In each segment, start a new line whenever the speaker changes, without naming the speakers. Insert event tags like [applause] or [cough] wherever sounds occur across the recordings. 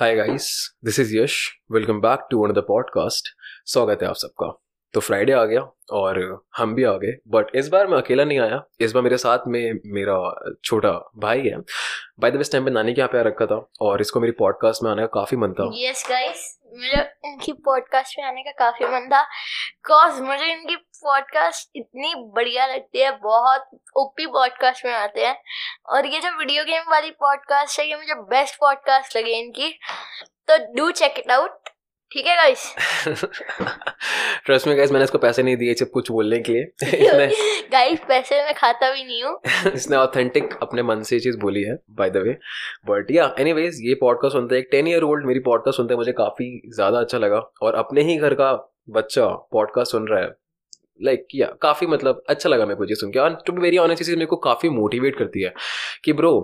Hi guys this is Yash welcome back to one the podcast स्वागत है आप सबका तो फ्राइडे आ गया और हम भी आ गए बट इस बार मैं अकेला नहीं आया इस बार मेरे साथ में मेरा छोटा भाई है बाय द वे इस टाइम पे नानी के यहाँ पे आ रखा था और इसको मेरी पॉडकास्ट में आने का काफ़ी मन
[laughs]
था
यस गाइस मुझे इनकी पॉडकास्ट में आने का काफी मन था कॉज मुझे इनकी पॉडकास्ट इतनी बढ़िया लगती है बहुत ओपी पॉडकास्ट में आते हैं और ये जो वीडियो गेम वाली पॉडकास्ट है ये मुझे बेस्ट पॉडकास्ट लगी इनकी तो डू चेक इट आउट ठीक है गाइस
ट्रस्ट में गाइस मैंने इसको पैसे नहीं दिए सिर्फ कुछ बोलने के लिए
[laughs]
इसने
गाइस पैसे मैं खाता भी नहीं हूँ
इसने ऑथेंटिक अपने मन से ये चीज़ बोली है by the way but yeah anyways ये पॉडकास्ट सुनते एक टेन ईयर ओल्ड मेरी पॉडकास्ट सुनते मुझे काफ़ी ज़्यादा अच्छा लगा और अपने ही घर का बच्चा पॉडकास्ट सुन रहा है लाइक या काफ़ी मतलब अच्छा लगा मेरे को ये सुन के और टू बी वेरी ऑनेस्ट चीज़ मेरे को काफ़ी मोटिवेट करती है कि ब्रो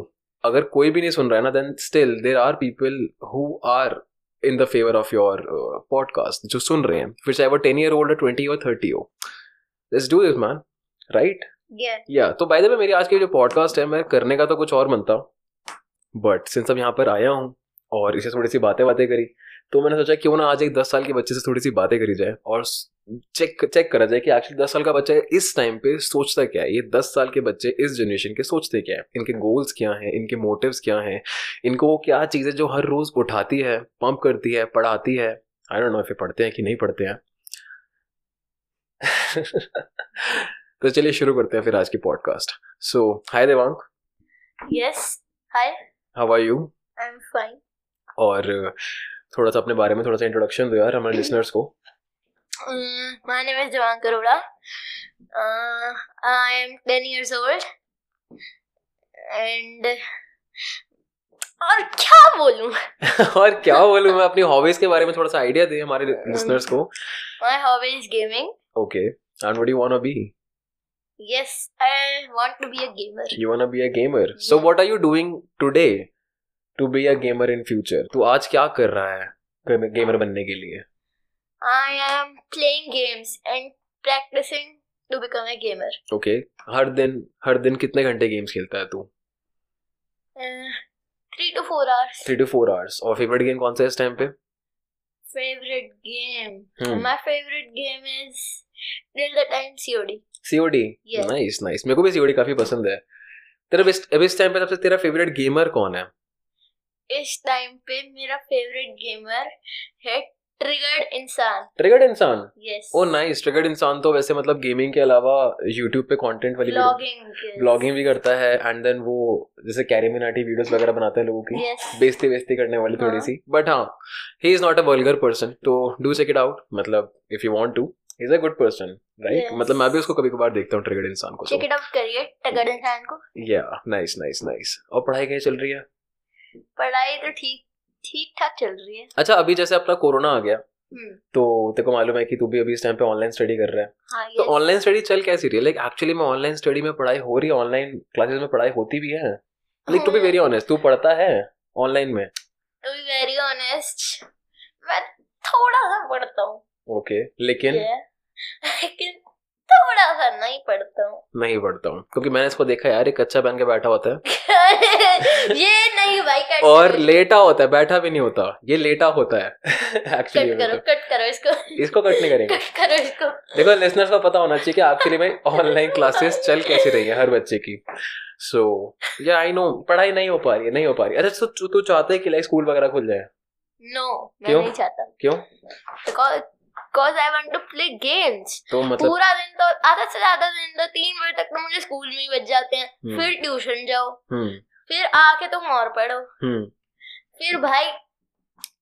अगर कोई भी नहीं सुन रहा है ना then still there are people who are in the favour of your podcast uh, जो सुन रहे हैं फिर चाहे वो टेन ईयर ओल्ड ट्वेंटी और थर्टी हो let's do this man right
yes
yeah तो बाय द वे मेरी आज की जो पॉडकास्ट है मैं करने का तो कुछ और मन था बट सिंस अब यहाँ पर आया हूँ और इसे थोड़ी सी बातें बातें करी तो मैंने सोचा क्यों ना आज एक दस साल के बच्चे से थोड़ी सी बातें करी जाए और चेक चेक करा जाए कि एक्चुअली दस साल का बच्चा इस टाइम पे सोचता क्या है ये दस साल के बच्चे इस जनरेशन के सोचते क्या है इनके गोल्स क्या हैं इनके मोटिव्स क्या हैं इनको वो क्या चीज़ें जो हर रोज़ उठाती है पंप करती है पढ़ाती है आई डोंट नो इफ ये पढ़ते हैं कि नहीं पढ़ते हैं [laughs] तो चलिए शुरू करते हैं फिर आज की podcast so hi Devang
yes hi I
how are you
am fine
और थोड़ा सा अपने बारे में थोड़ा सा इंट्रोडक्शन दो यार हमारे लिसनर्स को [laughs]
Mm, my name is Devang Karoda. Uh, I am 10 years old. And और क्या बोलूं
और क्या बोलूं मैं अपनी हॉबीज के बारे में थोड़ा सा आइडिया दे हमारे लिसनर्स को
my hobby is gaming
okay and what you want to be
yes I want to be a gamer
you want to be a gamer so what are you doing today to be a gamer in future तू आज क्या कर रहा है gamer बनने के लिए
I am playing games and practicing to become a gamer
okay okay. हर दिन हर दिन कितने घंटे गेम्स खेलता है तू
Uh, 3 to 4 hours
three to four hours और फेवरेट गेम कौन सा है इस टाइम पे
favourite game
Hmm.
My favourite game is till the time COD
COD
Yes.
Nice nice मेरे को भी सीओडी काफी पसंद है तेरा बेस्ट अभी इस टाइम पे सबसे तेरा फेवरेट गेमर कौन है
इस टाइम पे मेरा फेवरेट गेमर है triggered Insaan
triggered Insaan
yes
oh nice triggered Insaan तो वैसे मतलब गेमिंग के अलावा यूट्यूब पे कंटेंट वाली
ब्लॉगिंग
ब्लॉगिंग भी करता है एंड देन वो जैसे कैरिमिनाटी वीडियोस वगैरह बनाता है लोगों की
यस
बेइज्जती बेइज्जती करने वाली थोड़ी
हाँ।
सी बट हाँ he is not a vulgar person तो डू चेक इट आउट मतलब if you want to is a good person right
Yes.
मतलब मैं भी उसको कभी कभार देखता हूँ ट्रिगर्ड इंसान को
चेक इट आउट करिए ट्रिगर्ड इंसान को
या नाइस नाइस नाइस और पढ़ाई कैसे चल रही है
पढ़ाई तो ठीक ठीक ठाक चल रही है
अच्छा अभी जैसे अपना कोरोना आ गया
हम्म,
तो तेरे को मालूम है कि तू भी अभी इस टाइम पे ऑनलाइन स्टडी कर रहा है
हाँ
तो
yes.
ऑनलाइन स्टडी चल कैसी रही है लाइक एक्चुअली में ऑनलाइन स्टडी में पढ़ाई हो रही है ऑनलाइन क्लासेस में पढ़ाई होती भी है like to be very honest तू पढ़ता है ऑनलाइन में
टू बी वेरी ऑनेस्ट मैं थोड़ा सा पढ़ता हूँ
ओके लेकिन
yeah. लेकिन थोड़ा सा नहीं पढ़ता हूँ [laughs]
नहीं पढ़ता हूँ क्योंकि मैंने इसको देखा यार एक कच्चा बहन के बैठा होता है
ये नहीं भाई कट
और लेटा होता है बैठा भी नहीं होता ये लेटा होता है [laughs]
कट
एक्चुअली
करो कट करो इसको
इसको कट
[laughs]
नहीं करेंगे
कट करो इसको
देखो लिसनर्स को पता होना चाहिए कि एक्चुअली में ऑनलाइन क्लासेस चल कैसी रही है हर बच्चे की सो या आई नो पढ़ाई नहीं हो पा रही है नहीं हो पा रही है अच्छा तो तू चाहते है कि लाइक स्कूल वगैरह खुल जाए
नो मैं
क्यों?
नहीं चाहता
क्यों?
Because I want to play games
तो मतलब
पूरा दिन तो आधा से ज्यादा दिन तो तीन बजे तक तो मुझे स्कूल में ही बच जाते हैं
हम्म।
फिर ट्यूशन जाओ
हम्म
फिर आके तुम और पढ़ो
हम्म
फिर भाई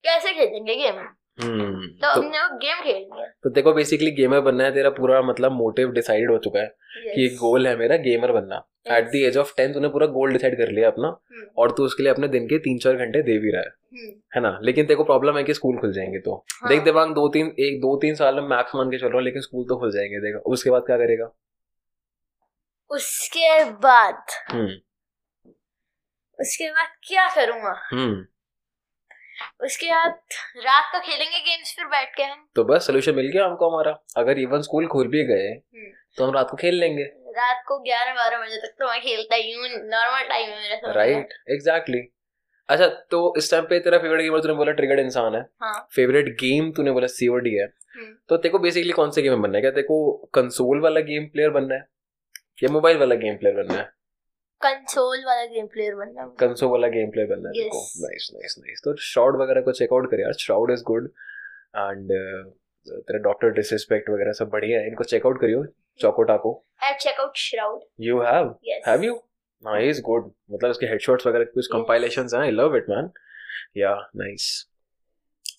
कैसे खेलेंगे गेम
हम्म
तो
तो-
हमने वो गेम खेलनी है
तो देखो बेसिकली गेमर बनना है तेरा पूरा मतलब मोटिव डिसाइड हो चुका है कि एक गोल है मेरा गेमर बनना at the age of ten तूने पूरा गोल डिसाइड कर लिया अपना
हम्म।
और तू उसके लिए अपने दिन के तीन चार घंटे दे भी रहा है है ना लेकिन तेरे को प्रॉब्लम है कि स्कूल खुल जाएंगे तो देख
हाँ।
दिमाग दो तीन एक दो तीन साल में मैक्स मान के चल रहा हूँ लेकिन स्कूल तो खुल जाएंगे देखा उसके बाद क्या करेगा
उसके बाद
हम्म
उसके बाद क्या करूंगा
हम्म
उसके बाद रात को खेलेंगे गेम्स फिर बैठ के हम
तो बस सोल्यूशन मिल गया हमको हमारा अगर इवन स्कूल खुल भी गए
हम्म।
तो हम रात को खेल लेंगे
रात को ग्यारह बारह बजे तक तो मैं खेलता ही हूँ नॉर्मल टाइम है मेरा सोने का।
राइट एग्जैक्टली अच्छा तो इस टाइम पे तेरा फेवरेट गेमर तूने बोला ट्रिगर्ड इंसान है
हाँ।
फेवरेट गेम तूने बोला सीओडी है
हम्म।
तो तेरे को बेसिकली कौन से गेम में बनना है क्या तेरे को कंसोल वाला गेम प्लेयर बनना है या मोबाइल वाला गेम प्लेयर बनना है
कंसोल वाला गेम प्लेयर बनना है मुझे।
कंसोल वाला गेम प्लेयर बनना है तेरे को
Yes.
नाइस नाइस नाइस तो श्राउड वगैरह को चेकआउट कर यार श्राउड इज गुड एंड तेरा डॉक्टर डिसरिस्पेक्ट वगैरह सब बढ़िया है इनको चेकआउट करियो चौकोटा को
I have checked out Shroud.
You have
Yes.
Have you हाँ इज गुड मतलब उसके हेडशॉट्स वगैरह कुछ कंपाइलेशंस हैं I love it man yeah nice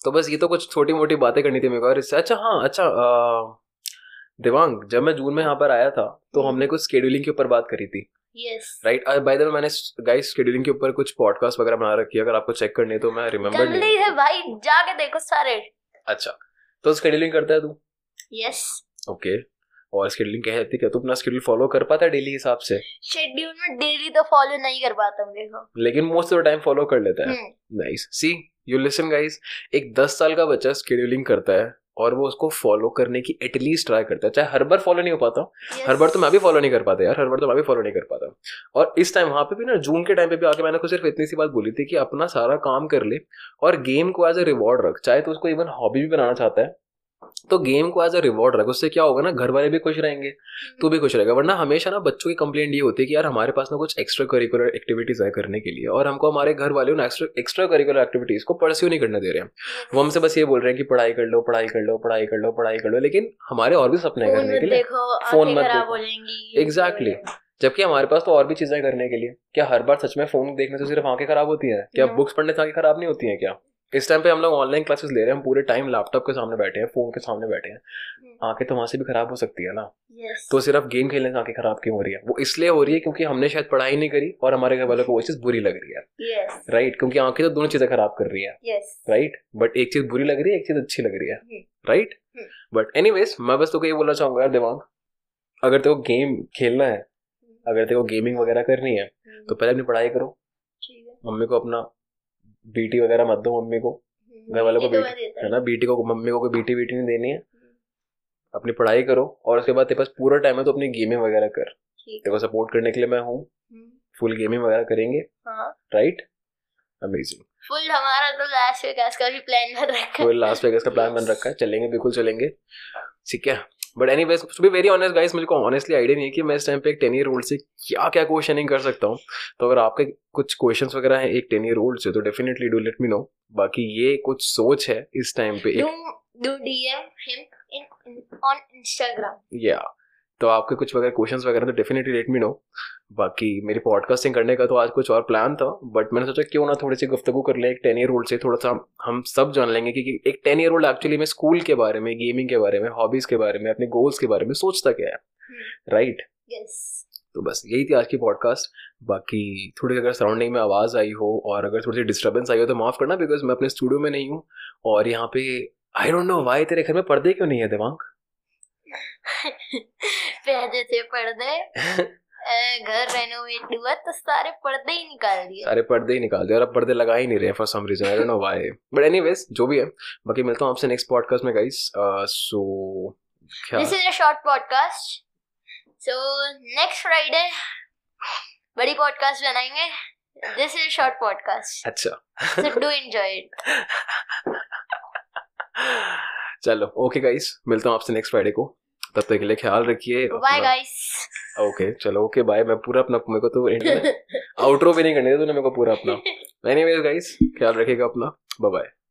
तो बस ये तो कुछ छोटी मोटी बातें करनी थी मेरे को और इससे अच्छा हाँ अच्छा अ, देवांग जब मैं जून में यहाँ पर आया था तो
हम्म।
हमने कुछ स्केड्यूलिंग के ऊपर बात करी थी
Yes.
राइट और बाय द वे मैंने गाइस स्केड्यूलिंग के ऊपर कुछ पॉडकास्ट वगैरह बना रखी है अगर आपको चेक करनी है तो मैं रिमेंबर
जल्दी
नहीं
से भाई जाके देखो सारे
अच्छा तो स्केड्यूलिंग करता है तू
यस
ओके और स्केड्यूलिंग क्या है क्या तू अपना स्केड्यूल फॉलो कर पाता है डेली हिसाब से
शेड्यूल में डेली तो फॉलो नहीं कर पाता हूँ देखो
लेकिन most of the time follow कर लेता है
hmm,
nice see you listen guys एक दस साल का बच्चा स्केड्यूलिंग करता है और वो उसको फॉलो करने की एटलीस्ट ट्राई करता है चाहे हर बार फॉलो नहीं हो पाता
yes.
हर बार तो मैं भी फॉलो नहीं कर पाता यार हर बार तो मैं भी फॉलो नहीं कर पाता और इस टाइम वहाँ पे भी ना जून के टाइम पे भी आके मैंने को सिर्फ इतनी सी बात बोली थी कि अपना सारा काम कर ले और गेम को एज अ रिवॉर्ड रख चाहे तो उसको इवन हॉबी भी बनाना चाहता है तो गेम को एज अ रिवॉर्ड रख उससे क्या होगा ना घर वाले भी खुश रहेंगे तू भी खुश रहेगा वरना हमेशा ना बच्चों की कंप्लेंट ये होती है कि यार हमारे पास ना कुछ एक्स्ट्रा करिकुलर एक्टिविटीज है करने के लिए और हमको हमारे घर वाले उन एक्स्ट्रा करिकुलर एक्टिविटीज को परस्यू नहीं करने दे रहे हैं वो हमसे बस ये बोल रहे हैं कि पढ़ाई कर लो पढ़ाई कर लो पढ़ाई कर लो पढ़ाई कर लो लेकिन हमारे और भी सपने हैं
फोन
करने
मत
के लिए
देखो
फोन
आंखें
मत
खराब
देखो।
हो जाएंगी
Exactly. जबकि हमारे पास तो और भी चीजें करने के लिए क्या हर बार सच में फोन देखने से सिर्फ आंखें खराब होती हैं क्या
No.
बुक्स पढ़ने से आंखें खराब नहीं होती हैं क्या इस टाइम पे हम लोग ऑनलाइन क्लासेस ले रहे हैं हम पूरे टाइम लैपटॉप के सामने बैठे हैं फोन के सामने बैठे हैं
Hmm.
आंखें तो वहां से भी खराब हो सकती है ना
यस
तो सिर्फ गेम खेलने से आंखें खराब क्यों हो रही है वो इसलिए हो रही है क्योंकि हमने शायद पढ़ाई नहीं करी और हमारे घर वालों को वो चीज बुरी लग रही है
यस
राइट क्योंकि आंखें तो दोनों चीजें खराब कर रही है
यस
राइट बट एक चीज बुरी लग रही है एक चीज अच्छी लग रही है
hmm.
Right
hmm.
But anyways मैं बस तो ये बोलना चाहूंगा यार दिमाग अगर तेरे को गेम खेलना है
हम्म।
अगर तेरे को गेमिंग वगैरह करनी है तो पहले अपनी पढ़ाई करो
Hmm. ठीक है
मम्मी को अपना बीटी वगैरह मत दो मम्मी को घर वालों को
ये तो
बैठ-
मैं देता
है
हूँ।
ना बीटी को मम्मी को कोई बीटी बीटी नहीं देनी है
हम्म।
अपनी पढ़ाई करो और उसके बाद तेरे पास पूरा टाइम है तो अपनी गेमिंग वगैरह कर
ठीक है
तेरे को सपोर्ट करने के लिए मैं हूँ
हम्म,
फुल गेमिंग वगैरह करेंगे
हाँ
राइट अमेजिंग
फुल हमारा तो लास्ट वेगास का भी प्लान बन
[laughs]
रखा
कोई लास्ट वेगास का प्लान बन रखा है चलेंगे बिल्कुल चलेंगे ठीक है but anyways to be very honest guys मुझे को ऑनेस्टली आइडिया नहीं है कि मैं इस टाइम पे एक टेन ईयर ओल्ड से क्या क्या क्वेश्चनिंग कर सकता हूँ तो अगर आपके कुछ क्वेश्चंस वगैरह हैं एक टेन ईयर ओल्ड से तो definitely do let me know बाकी ये कुछ सोच है इस टाइम पे
डू
एक
do DM him in on Instagram
या तो आपके कुछ वगैरह क्वेश्चंस वगैरह तो डेफिनेटली लेट मी नो बाकी मेरी पॉडकास्टिंग करने का तो आज कुछ और प्लान था बट मैंने सोचा क्यों ना थोड़ी सी गुफ्तगू कर लें एक टेन ईयर ओल्ड से थोड़ा सा हम- हम सब जान लेंगे कि कि एक टेन ईयर ओल्ड एक्चुअली में स्कूल के बारे में गेमिंग के बारे में हॉबीज़ के बारे में अपने गोल्स के बारे में सोचता क्या है राइट
यस
तो बस यही थी आज की पॉडकास्ट बाकी थोड़ी अगर सराउंडिंग में आवाज़ आई हो और अगर थोड़ी सी डिस्टर्बेंस आई हो तो माफ़ करना बिकॉज मैं अपने स्टूडियो में नहीं हूँ और यहाँ पे आई डोंट नो वाई तेरे घर में पर्दे क्यों नहीं है दिमाग
[laughs] पहले थे पर्दे अ, घर रेनोवेट हुआ तो सारे पर्दे ही निकाल दिए
सारे पर्दे ही निकाल दिए और अब पर्दे लगा ही नहीं रहे for some reason I don't know why but anyways जो भी है बाकी मिलता हूं आपसे नेक्स्ट पॉडकास्ट में गाइस सो क्या
this is a short podcast so next Friday बड़ी पॉडकास्ट बनाएंगे दिस इज शॉर्ट पॉडकास्ट
अच्छा
सो डू एंजॉय इट
चलो ओके गाइस मिलता हूं आपसे नेक्स्ट फ्राइडे को तब तक के लिए ख्याल रखिए
बाय गाइस
ओके चलो ओके बाय मैं पूरा अपना मेरे को तो आउटरो भी नहीं करने दिया तूने मेरे को पूरा अपना एनीवेज गाइस ख्याल रखिएगा अपना बाय